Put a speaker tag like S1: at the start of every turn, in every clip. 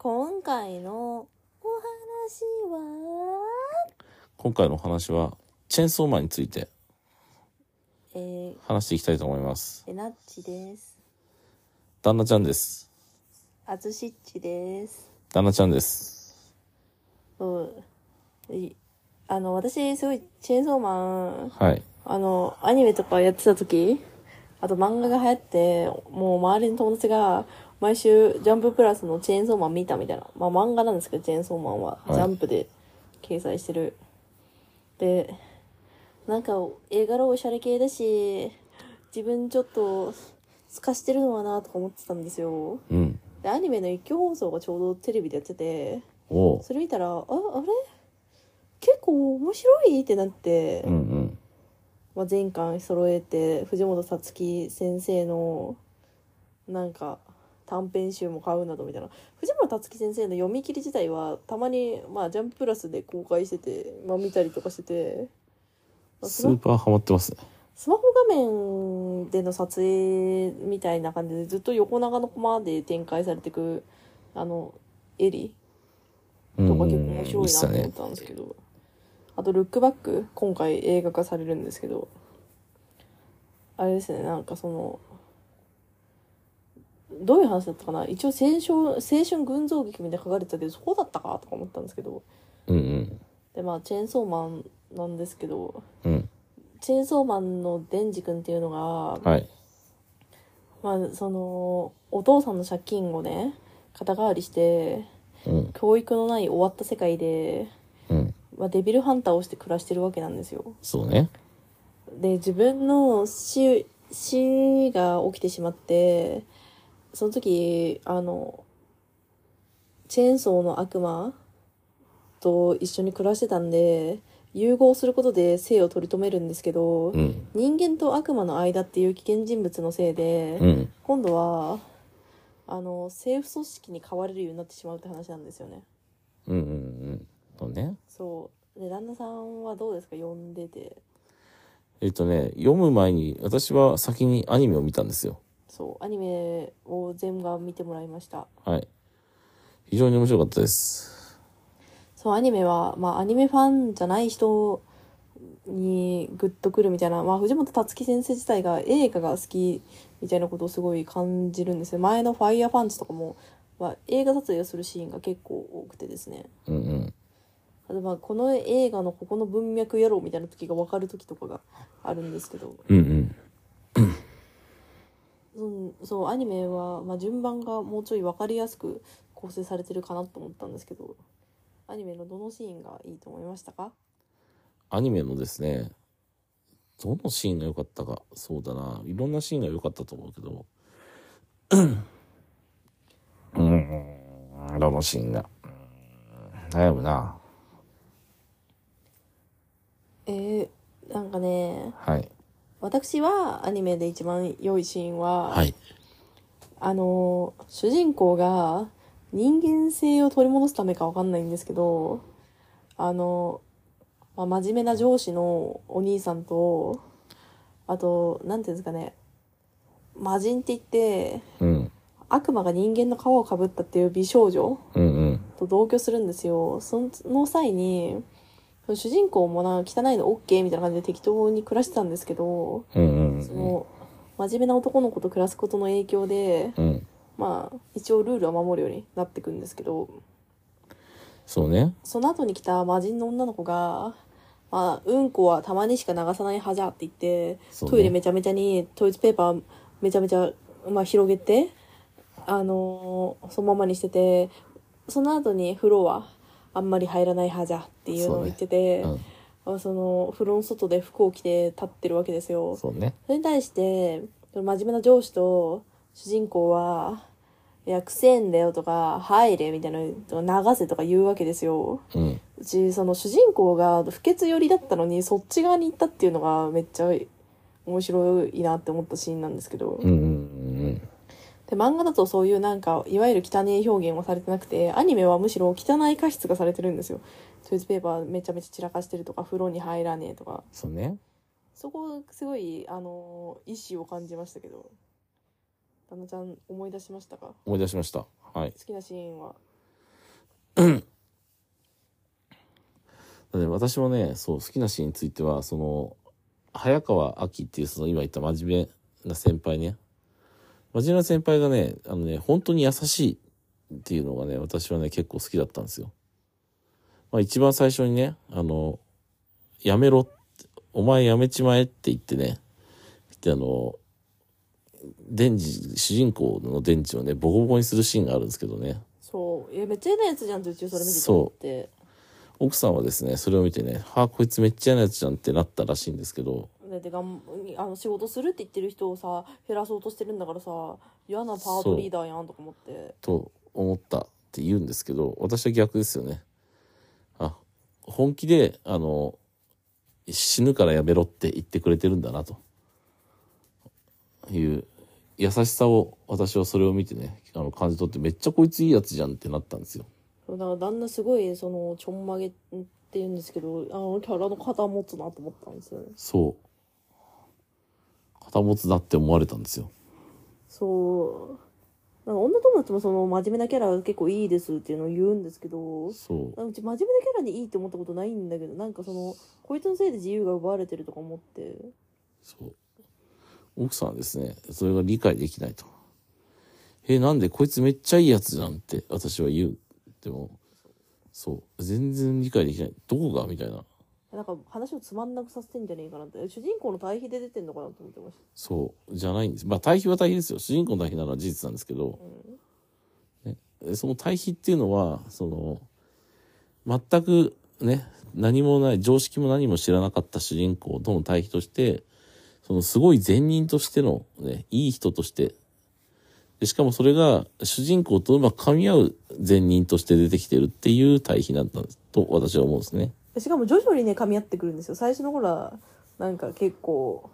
S1: 回のお話は、
S2: 今回のお話は、チェーンソーマンについて
S1: えー、
S2: 話していきたいと思います。
S1: えなっちです。
S2: 旦那ちゃんです。
S1: あつしっちです。
S2: 旦那ちゃんです。
S1: そう。いあの、私、すごい、チェーンソーマン、
S2: はい。
S1: あの、アニメとかやってた時、あと漫画が流行って、もう周りの友達が、毎週、ジャンププラスのチェーンソーマン見たみたいな。まあ漫画なんですけど、チェーンソーマンは、
S2: い
S1: ジャンプで掲載してる。で、なんか、映画のおしゃれ系だし、自分ちょっと、透かしてるのはなとか思ってたんですよ。
S2: うん。
S1: で、アニメの一挙放送がちょうどテレビでやってて、
S2: おう。
S1: それ見たら、あ、あれ結構面白いってなって、
S2: うんうん。
S1: まあ、全巻揃えて藤本さつき先生のなんか短編集も買うなどみたいな藤本たつき先生の読み切り自体はたまに、まあ、ジャンププラスで公開してて、まあ、見たりとかしてて、まあス
S2: ス
S1: マ
S2: ーパーハマってますね。
S1: スマホ画面での撮影みたいな感じでずっと横長のコマで展開されてくあのエリ
S2: うん
S1: と
S2: う
S1: か
S2: ん
S1: 結
S2: う
S1: 構
S2: ん。
S1: 面白いなと思ったんですけど、あと「ルックバック」今回映画化されるんですけどあれですねなんかそのどういう話だったかな一応青春青春群像劇みたいに書かれてたけどそうだったかとか思ったんですけど
S2: うんうん。
S1: でまあチェーンソーマンなんですけど
S2: うん。
S1: チェーンソーマンのデンジ君っていうのが、
S2: はい。
S1: まあそのお父さんの借金をね肩代わりして
S2: うん
S1: 教育のない終わった世界で
S2: うん。
S1: まあ、デビルハンターをして暮らしてるわけなんですよ。
S2: そうね。
S1: で、自分の死、死が起きてしまって、その時、あの、チェーンソーの悪魔と一緒に暮らしてたんで、融合することで生を取り留めるんですけど、
S2: うん。
S1: 人間と悪魔の間っていう危険人物のせいで、
S2: うん。
S1: 今度は、あの、政府組織に飼われるようになってしまうって話なんですよね。
S2: うんうんうん。そうね。
S1: そう。で、旦那さんはどうですか呼んでて。
S2: えっとね、読む前に、私は先にアニメを見たんですよ。
S1: そう、アニメを全話見てもらいました。
S2: はい。非常に面白かったです。
S1: そう、アニメは、まあ、アニメファンじゃない人にグッとくるみたいな、まあ、藤本つき先生自体が映画が好きみたいなことをすごい感じるんですよ。前のファイヤーパンチとかも、まあ、映画撮影をするシーンが結構多くてですね。
S2: うんうん。
S1: あと、まあ、この映画のここの文脈やろうみたいな時が分かる時とかがあるんですけど、
S2: うんう
S1: う
S2: ん。
S1: ん、そう、アニメは、まあ、順番がもうちょい分かりやすく構成されてるかなと思ったんですけど、アニメのどのシーンがいいと思いましたか
S2: アニメのですね、どのシーンが良かったか、そうだな。いろんなシーンが良かったと思うけど。うん。どのシーンが。うん悩むな。
S1: えー、なんかね、
S2: はい。
S1: 私はアニメで一番良いシーンは、
S2: はい。
S1: あの、主人公が人間性を取り戻すためかわかんないんですけど、あの、まあ、真面目な上司のお兄さんと、あと、なんていうんですかね、魔人って言って、
S2: うん。
S1: 悪魔が人間の皮をかぶったっていう美少女
S2: うんうん。
S1: と同居するんですよ。そのその際に、その主人公もなんか汚いの OK みたいな感じで適当に暮らしてたんですけど、
S2: うんうん
S1: その、真面目な男の子と暮らすことの影響で、
S2: うん。うん。
S1: まあ、一応ルールは守るようになってくんですけど、
S2: そうね。
S1: その後に来た魔人の女の子が、まあ、うんこはたまにしか流さない派じゃって言って、
S2: そうね
S1: トイレめちゃめちゃに、トイレットペーパーめちゃめちゃ、まあ、広げて、あのーそのままにしてて、その後に風呂はあんまり入らない派じゃっていうのを言ってて、
S2: うん。
S1: あその風呂の外で服を着て立ってるわけですよ。
S2: そうね。
S1: それに対して、その真面目な上司と主人公は、いや、くせえんだよとか、入れみたいなのとか、流せとか言うわけですよ。
S2: うん。
S1: うち、その主人公が不潔寄りだったのに、そっち側に行ったっていうのがめっちゃ面白いなって思ったシーンなんですけど
S2: う。んうん
S1: で、漫画だとそういうなんか、いわゆる汚い表現はされてなくて、アニメはむしろ汚い過失がされてるんですよ。トイレットペーパーめちゃめちゃ散らかしてるとか、風呂に入らねえとか。
S2: そうね。
S1: そこすごいあの意思を感じましたけど旦那ちゃん思い出しましたか
S2: 思い出しました。はい。
S1: 好きなシーンは
S2: だね私もねそう好きなシーンについてはその早川亜希っていうその今言った真面目な先輩ね真面目な先輩がねあのね本当に優しいっていうのがね私はね結構好きだったんですよ。まあ、一番最初にねあの「やめろって」お前やめちまえ」って言ってねであのデンジ主人公のデンジをねボコボコにするシーンがあるんですけどね
S1: そういやめっちゃ嫌なやつじゃんってうちそれ見てて思って
S2: 奥さんはですねそれを見てね「はあこいつめっちゃ嫌なやつじゃん」ってなったらしいんですけど
S1: だってがんあの仕事するって言ってる人をさ減らそうとしてるんだからさ嫌なパートリーダーやんとか思って
S2: と思ったって言うんですけど私は逆ですよね。あ本気であの死ぬからやめろって言ってくれてるんだなという優しさを私はそれを見てねあの感じ取ってめっちゃこいついいやつじゃんってなったんですよ。
S1: そうだから旦那すごいそのちょんまげって言うんですけどあのキャラの肩持つなと思ったんですよね
S2: そう肩持つなって思われたんですよ。
S1: そうなんか女友達もその真面目なキャラ結構いいですっていうのを言うんですけど
S2: そう
S1: うち真面目なキャラにいいって思ったことないんだけどなんかそのこいつのせいで自由が奪われてるとか思って
S2: そう。奥さんはですね、それが理解できないと。え、なんでこいつめっちゃいいやつじゃんって私は言う。でも、そう。全然理解できない。どこがみたいな。
S1: なんか話をつまんなくさせてんじゃねえかなって主人公の対比で出てんのかなと思ってまし
S2: そう。じゃないんです。まあ、対比は対比ですよ。主人公の対比なのは事実なんですけど、ねでその対比っていうのは、その、全くね、何もない、常識も何も知らなかった主人公との対比として、そのすごい善人としての、ね、いい人として、でしかもそれが主人公とうまく噛み合う善人として出てきてるっていう対比なんだと私は思うんですね。
S1: たしかも徐々にね噛み合ってくるんですよ最初の頃はなんか結構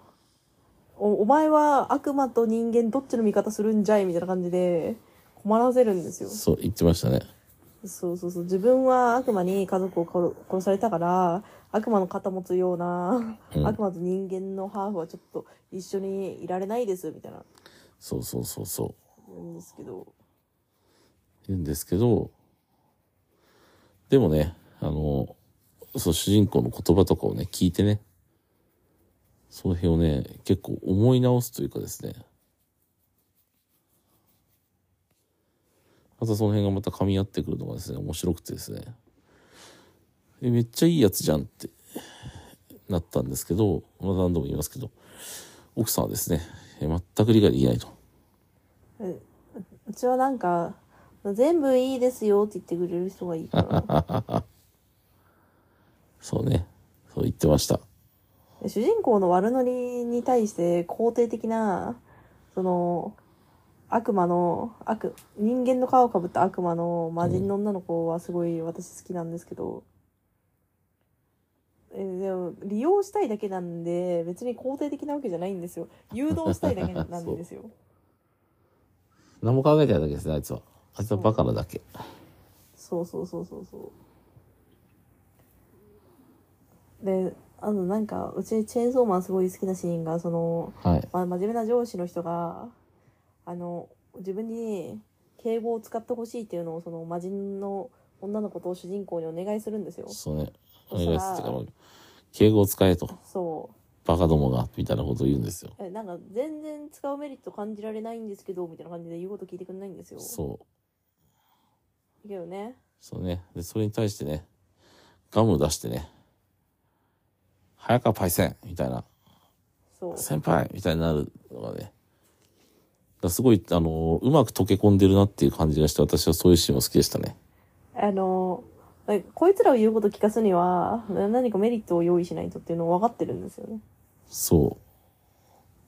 S1: おお前は悪魔と人間どっちの味方するんじゃいみたいな感じで困らせるんですよ
S2: そう言ってましたね。
S1: そうそうそう自分は悪魔に家族を殺殺されたから悪魔の肩持つような、
S2: うん
S1: 悪魔と人間のハーフはちょっと一緒にいられないですみたいな
S2: そうそうそうそう。
S1: 言うんですけど
S2: 言うんですけど、でもね、あの、そう、主人公の言葉とかをね、聞いてね、その辺をね、結構思い直すというかですね、またその辺がまた噛み合ってくるのがですね、面白くてですね、えめっちゃいいやつじゃんってなったんですけど、まあ何度も言いますけど、奥さんはですね、え全く理解できないと。
S1: うちはなんか全部いいですよって言ってくれる人がいいから
S2: そうね、そう言ってました。
S1: 主人公の悪ノリに対して肯定的な、その、悪魔の、悪、人間の皮をかぶった悪魔の魔人の女の子はすごい私好きなんですけど、えーでも、利用したいだけなんで、別に肯定的なわけじゃないんですよ。誘導したいだけな
S2: そうん
S1: ですよ。
S2: 何も考えてないだけですね、あいつは。あいつはバカなだけ。
S1: そうそうそうそうそう。で、あの、なんか、うちチェーンソーマンすごい好きなシーンが、その、
S2: はい。
S1: まあ、真面目な上司の人が、あの、自分に敬語を使ってほしいっていうのを、その魔人の女の子と主人公にお願いするんですよ。
S2: そうね。お
S1: そ
S2: 願
S1: したら
S2: いですってか、まあ敬語を使えと。
S1: そ
S2: バカどもが、みたいなことを言うんですよ。
S1: う。えなんか、全然使うメリット感じられないんですけど、みたいな感じで言うこと聞いてくれないんですよ。
S2: そう。
S1: いいよね。
S2: そうね。で、それに対してね、ガムを出してね、早川パイセンみたいな、
S1: そう。
S2: 先輩みたいになるのがね、だからすごい、あの、うまく溶け込んでるなっていう感じがして、私はそういうシーンも好きでしたね。
S1: あの、なんかこいつらを言うこと聞かすには、な何かメリットを用意しないとっていうのを分かってるんですよね。
S2: そ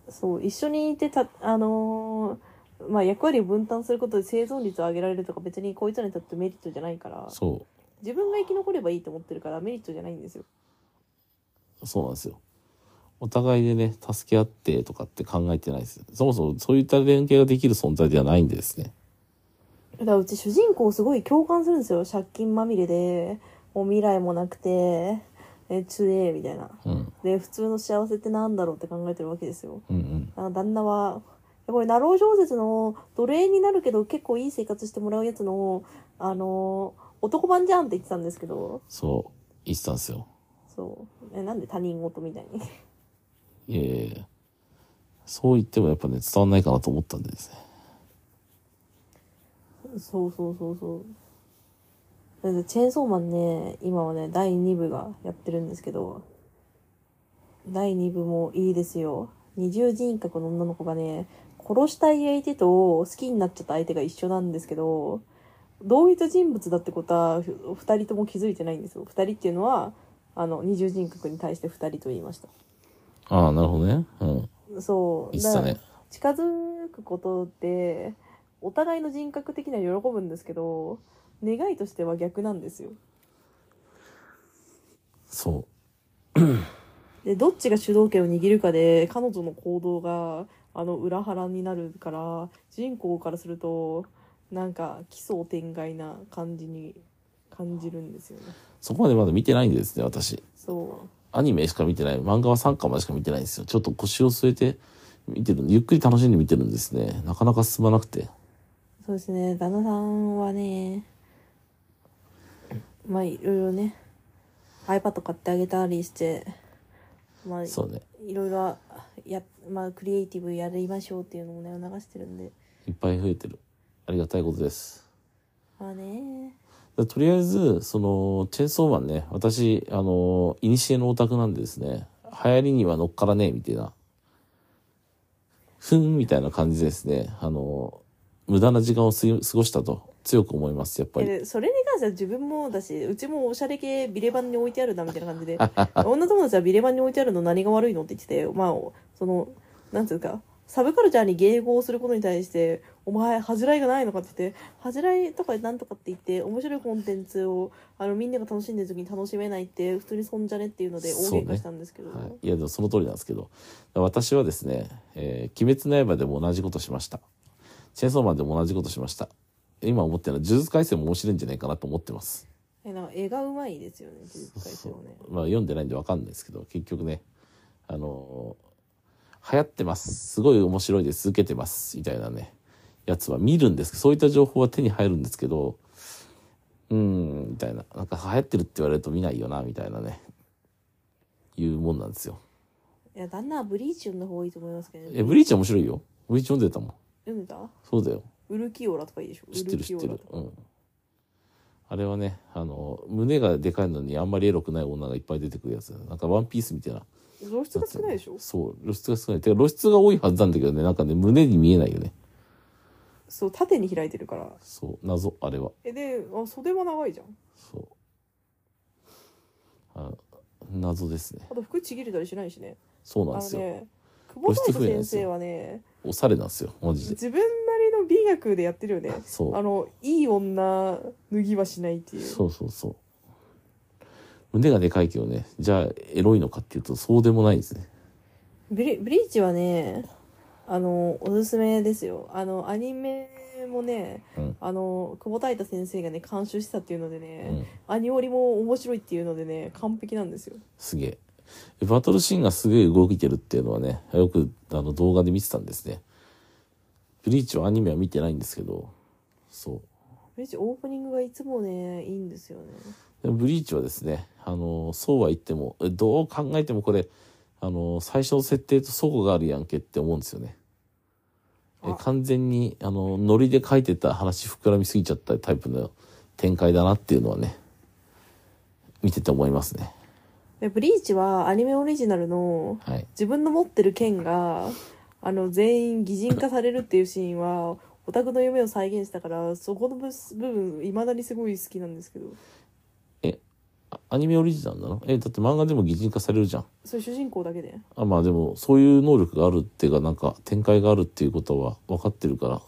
S1: そう、一緒にいてた、あのーまあ、役割を分担することで生存率を上げられるとか別にこいつらにとってメリットじゃないから
S2: う。、そう。
S1: 自分が生き残ればいいと思ってるからメリットじゃないんですよ。
S2: そうなんですよ。お互いでね、助け合ってとかって考えてないです。そもそもそういった連携ができる存在ではないんでですね。
S1: だからうち主人公すごい共感するんですよ。借金まみれで、もう未来もなくて、え、つえ、みたいな。
S2: うん。
S1: で、普通の幸せってなんだろうって考えてるわけですよ。
S2: うんうん。
S1: あ旦那は、これ、ナロー小説の奴隷になるけど結構いい生活してもらうやつの、あのー男版じゃんって言ってたんですけど、
S2: そう、言ってたんですよ。
S1: そう。え、なんで他人事みたいに。
S2: いやいやいやそう言ってもやっぱね、伝わんないかなと思ったんでですね。
S1: そうそうそうそう。だってチェーンソーマンね、今はね、第2部がやってるんですけど、第2部もいいですよ。二重人格の女の子がね、殺したい相手と好きになっちゃった相手が一緒なんですけど、同一人物だってことは、ふ二人とも気づいてないんですよ。二人っていうのは、あの、二重人格に対して二人と言いました。
S2: ああ、なるほどね。うん。
S1: そう。
S2: 言ってたね。
S1: 近づくことでお互いの人格的には喜ぶんですけど願いとしては逆なんですよ
S2: そ
S1: でどっちが主導権を握るかで彼女の行動があの裏腹になるから人口からするとなんか奇想天外な感じに感じるんですよね
S2: う。そこまでまだ見てないんですね、私。
S1: そう
S2: アニメしか見てない。漫画は3巻までしか見てないんですよ。ちょっと腰を据えて見てる。ゆっくり楽しんで見てるんですね。なかなか進まなくて。
S1: そうですね旦那さんはねまあいろいろね iPad 買ってあげたりしてまあ
S2: そうね。
S1: いろいろや、まあ、クリエイティブやりましょうっていうのもね流してるんで
S2: いっぱい増えてる。ありがたいことです。
S1: まあね
S2: でとりあえず、その、チェーンソーマンね、私、あの、いにしえのオタクなんでですね、流行りには乗っからねえ、みたいな、ふん、みたいな感じでですね、あの、無駄な時間を過ぎ過ごしたと、強く思います、やっぱり。
S1: でそれに関しては自分もだしうちもおしゃれ系ビレバンに置いてあるなみたいな感じで女友達はビレバンに置いてあるの何が悪いのって言っててまあそのなんていうかサブカルチャーに迎合することに対して「お前恥じらいがないのか」って言って「恥じらいとかなんとか」って言って面白いコンテンツをあのみんなが楽しんでる時に楽しめないって普通にそんじゃねっていうので大
S2: そう
S1: 喧
S2: ね
S1: 嘩したんですけど、
S2: はい、いや、でもその通りなんですけど、私はですね、えー鬼滅の刃でも同じことしました。チェーンソーマンでも同じことしました。今思ってるのは、呪術廻戦も面白いんじゃないかなと思ってます。
S1: えなんか絵がうまいですよね呪術廻戦はね。
S2: まあ読んでないんでわかんないですけど結局ねあの流行ってますすごい面白いです受けてますみたいなねやつは見るんですけどそういった情報は手に入るんですけどうーんみたいななんか流行ってるって言われると見ないよなみたいなねいうもんなんですよ
S1: いや、旦那はブリーチ読んだ方がいいと思いますけどね。
S2: えブリーチ面白いよブリーチ読んでたもん
S1: 読んでた
S2: そうだよ
S1: ウルキオラとかいいでしょ
S2: 知って
S1: ウル
S2: る
S1: キ
S2: 知っ
S1: オ
S2: て
S1: ラ
S2: る
S1: とか
S2: うんあれはねあの胸がでかいのにあんまりエロくない女がいっぱい出てくるやつなんかワンピースみたいな
S1: 露出が少ないでしょ
S2: そう、露出が少ない。てか露出が多いはずなんだけどね、なんかね、胸に見えないよね。
S1: そう、縦に開いてるから。
S2: そう、謎、あれは。
S1: え、で、あ、袖は長いじゃん。
S2: そう。あ謎ですね。
S1: あと服ちぎれたりしないしね。
S2: そうなん
S1: あ
S2: で
S1: の
S2: すよ。
S1: ね、久保
S2: 露出
S1: 太
S2: 増えないんで
S1: 先
S2: す
S1: 生
S2: よ
S1: はね、
S2: おしゃれなんですよ、マジで。
S1: 自分なりの美学でやってるよね。
S2: そう
S1: あの、いい女脱ぎはしないっていう。
S2: そうそうそう。胸がでかいけどね、じゃあ、エロいのかっていうと、そうでもないですね。
S1: ブリブリーチはね、あの、おすすめですよ。あの、アニメもね、
S2: うん
S1: あの、久保太太先生がね、監修してたっていうのでね、
S2: うん。
S1: アニオリも面白いっていうのでね完璧なんですよ
S2: すげえ。バトルシーンがすげえ動いてるっていうのはね、よくあの動画で見てたんですね。ブリーチはアニメは見てないんですけど、そう。
S1: ブリーチオープニングがいつもねいいんですよね
S2: でもブリーチはですね、あの、そうは言っても、えどう考えてもこれ、あの、最初の設定と齟齬があるやんけって思うんですよね。え
S1: あ
S2: 完全に、あの、ノリで書いてた話膨らみすぎちゃったタイプの展開だなっていうのはね、見てて思いますね。
S1: でブリーチはアニメオリジナルの
S2: はい。
S1: 自分の持ってる剣があの全員擬人化されるっていうシーンはオタクの夢を再現したからそこの部部分いまだにすごい好きなんですけど
S2: あアニメオリジナルなのえ、だって漫画でも擬人化されるじゃん。
S1: それ主人公だけで
S2: あ、まあでも、そういう能力があるっていうか、なんか、展開があるっていうことは分かってるから。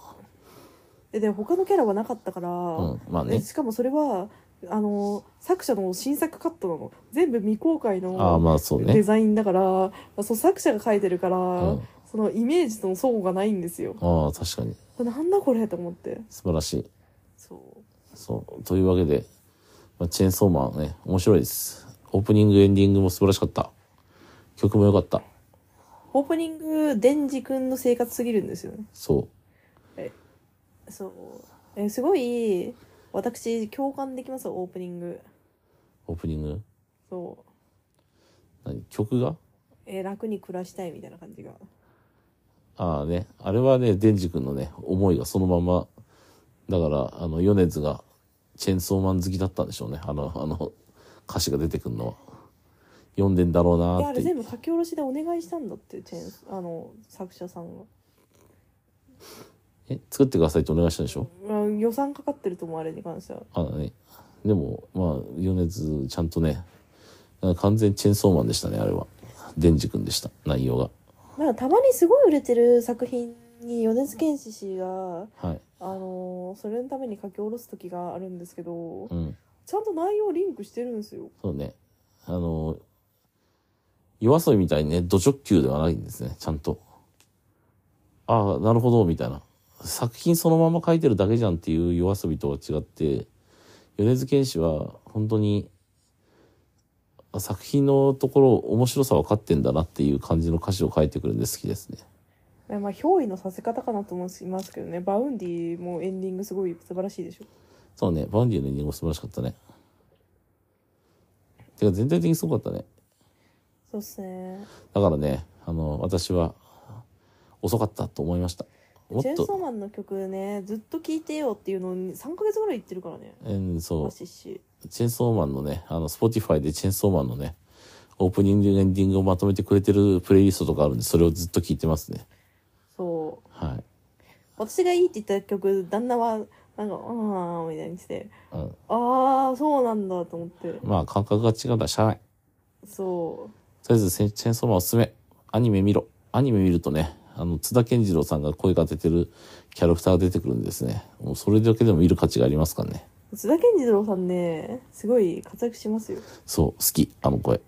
S1: えで他のキャラはなかったから、
S2: うん、まあ
S1: で
S2: ね。
S1: しかもそれはあの作者の新作カットなの全部未公開の
S2: ああ、まあそう
S1: デ
S2: ね。
S1: ザインだから、そう作者が書いてるから、
S2: うん。
S1: そのイメージとの相互がないんですよ。
S2: ああ、確かに。
S1: なんだこれと思って。
S2: 素晴らしい。
S1: そ
S2: そう。というわけで、まあ、チェーンソーマンね、面白いです。オープニング、エンディングも素晴らしかった。曲も良かった。
S1: う。オープニング、デンジ君の生活すぎるんですよね。
S2: そう。
S1: そう。え、すごい、私、共感できますオープニング。
S2: オープニング
S1: そう。
S2: 何曲が
S1: えー楽に暮らしたいみたいな感じが。
S2: ああね、あれはね、デンジ君のね、思いがそのまま、だから、あの、ヨネズがチェンソーマン好きだったんでしょうね。あの、あの、歌詞が出てくるのは。読んでんだろう
S1: いや、
S2: な
S1: あ
S2: ー
S1: れ
S2: っ
S1: 全
S2: て。
S1: 部書き下ろしでお願いしたんだって、チェーンス、あの、作者さんが。
S2: え、作ってくださいってお願いしたんでしょ
S1: うん予算かかってると思う、あれに関しては。
S2: あのね。でも、まあ、ヨネズちゃんとね、完全チェンソーマンでしたね、あれは。デンジ君でした、内容
S1: なんかたまにすごい売れてる作品に米津玄師氏が、
S2: が。はい。
S1: あのーそれのために書き下ろす時があるんですけど
S2: う、ん。
S1: ちゃんと内容リンクしてるんですよ。
S2: そうね。あの、夜遊びみたいにね、土直球ではないんですね、ちゃんと。ああ、なるほど、みたいな。作品そのまま書いてるだけじゃんっていう夜遊びとは違って、米津玄師は本当に作品のところ面白さ分かってんだなっていう感じの歌詞を書いてくるんで好きですね。
S1: えまあ、憑依のさせ方かなと思いますけどね、バウンディもエンディングすごい素晴らしいでしょ。
S2: そうね、バウンディのエンディングも素晴らしかったね。てか全体的にすごかったね。
S1: そうっすね。
S2: だからね、あの、私は、遅かったと思いました。もっ
S1: チェーンソー
S2: と、
S1: マンの曲ね、ずっと聴いてよっていうのを3ヶ月ぐらい言ってるからね。
S2: うん、そ
S1: マ
S2: う、
S1: シッシ。
S2: チェーンソーマンのね、あの、スポティファイでチェーンソーマンのね、オープニング、エンディングをまとめてくれてるプレイリストとかあるんで、それをずっと聞いてますね。
S1: そう。
S2: はい。
S1: 私がいいって言った曲、旦那は、なんか、うーん、みたいにして、
S2: うん、
S1: あー、そうなんだと思って。
S2: まあ、感覚が違うからしゃあない。
S1: そう。
S2: とりあえず、チェーンソーマンおすすめ。アニメ見ろ。アニメ見るとね、あの、津田健次郎さんが声が出てるキャラクターが出てくるんですね。もうそれだけでも見る価値がありますからね。
S1: 津田健次郎さんねすごい活躍しますよ
S2: そう、好き、あの声。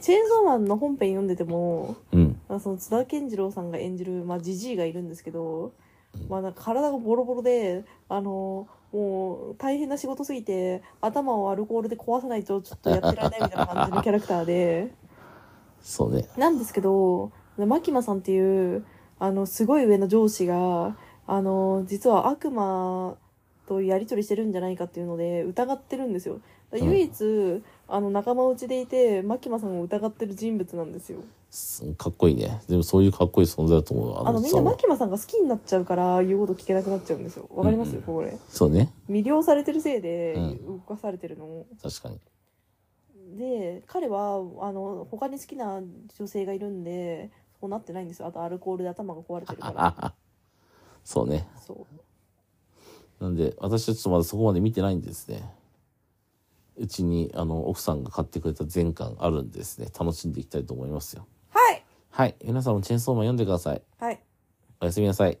S1: チェーンソーマンの本編読んでても
S2: うん。
S1: まあその津田健次郎さんが演じるまあジジイがいるんですけど、まあ、なんか体がボロボロであのもう大変な仕事すぎて頭をアルコールで壊さないとちょっとやってられないみたいな感じのキャラクターで
S2: そうね。
S1: なんですけど牧間さんっていうあのすごい上の上司があの実は悪魔とやり取りしてるんじゃないかっていうので疑ってるんですよだから唯一、あの仲間内でいて牧間さんを疑ってる人物なんですよ
S2: すかっこいいね。でもそういうかっこいい存在だと思う。
S1: あのみん
S2: そ
S1: な
S2: う
S1: 牧間さんが好きになっちゃうから言うこと聞けなくなっちゃうんですよわかります、
S2: うんうん
S1: これ
S2: そうね。
S1: 魅了されてるせいで
S2: う
S1: 動かされてるの、
S2: 確かに。
S1: で彼はあの他に好きな女性がいるんでそうなってないんですよあとアルコールで頭が壊れてるから
S2: あそうね。
S1: そう
S2: なんで、私はちょっとまだそこまで見てないんですね。うちに、あの、奥さんが買ってくれた全巻あるんですね。楽しんでいきたいと思いますよ。
S1: はい
S2: はい。皆さんもチェーンソーマン読んでください。
S1: はい
S2: おやすみなさい。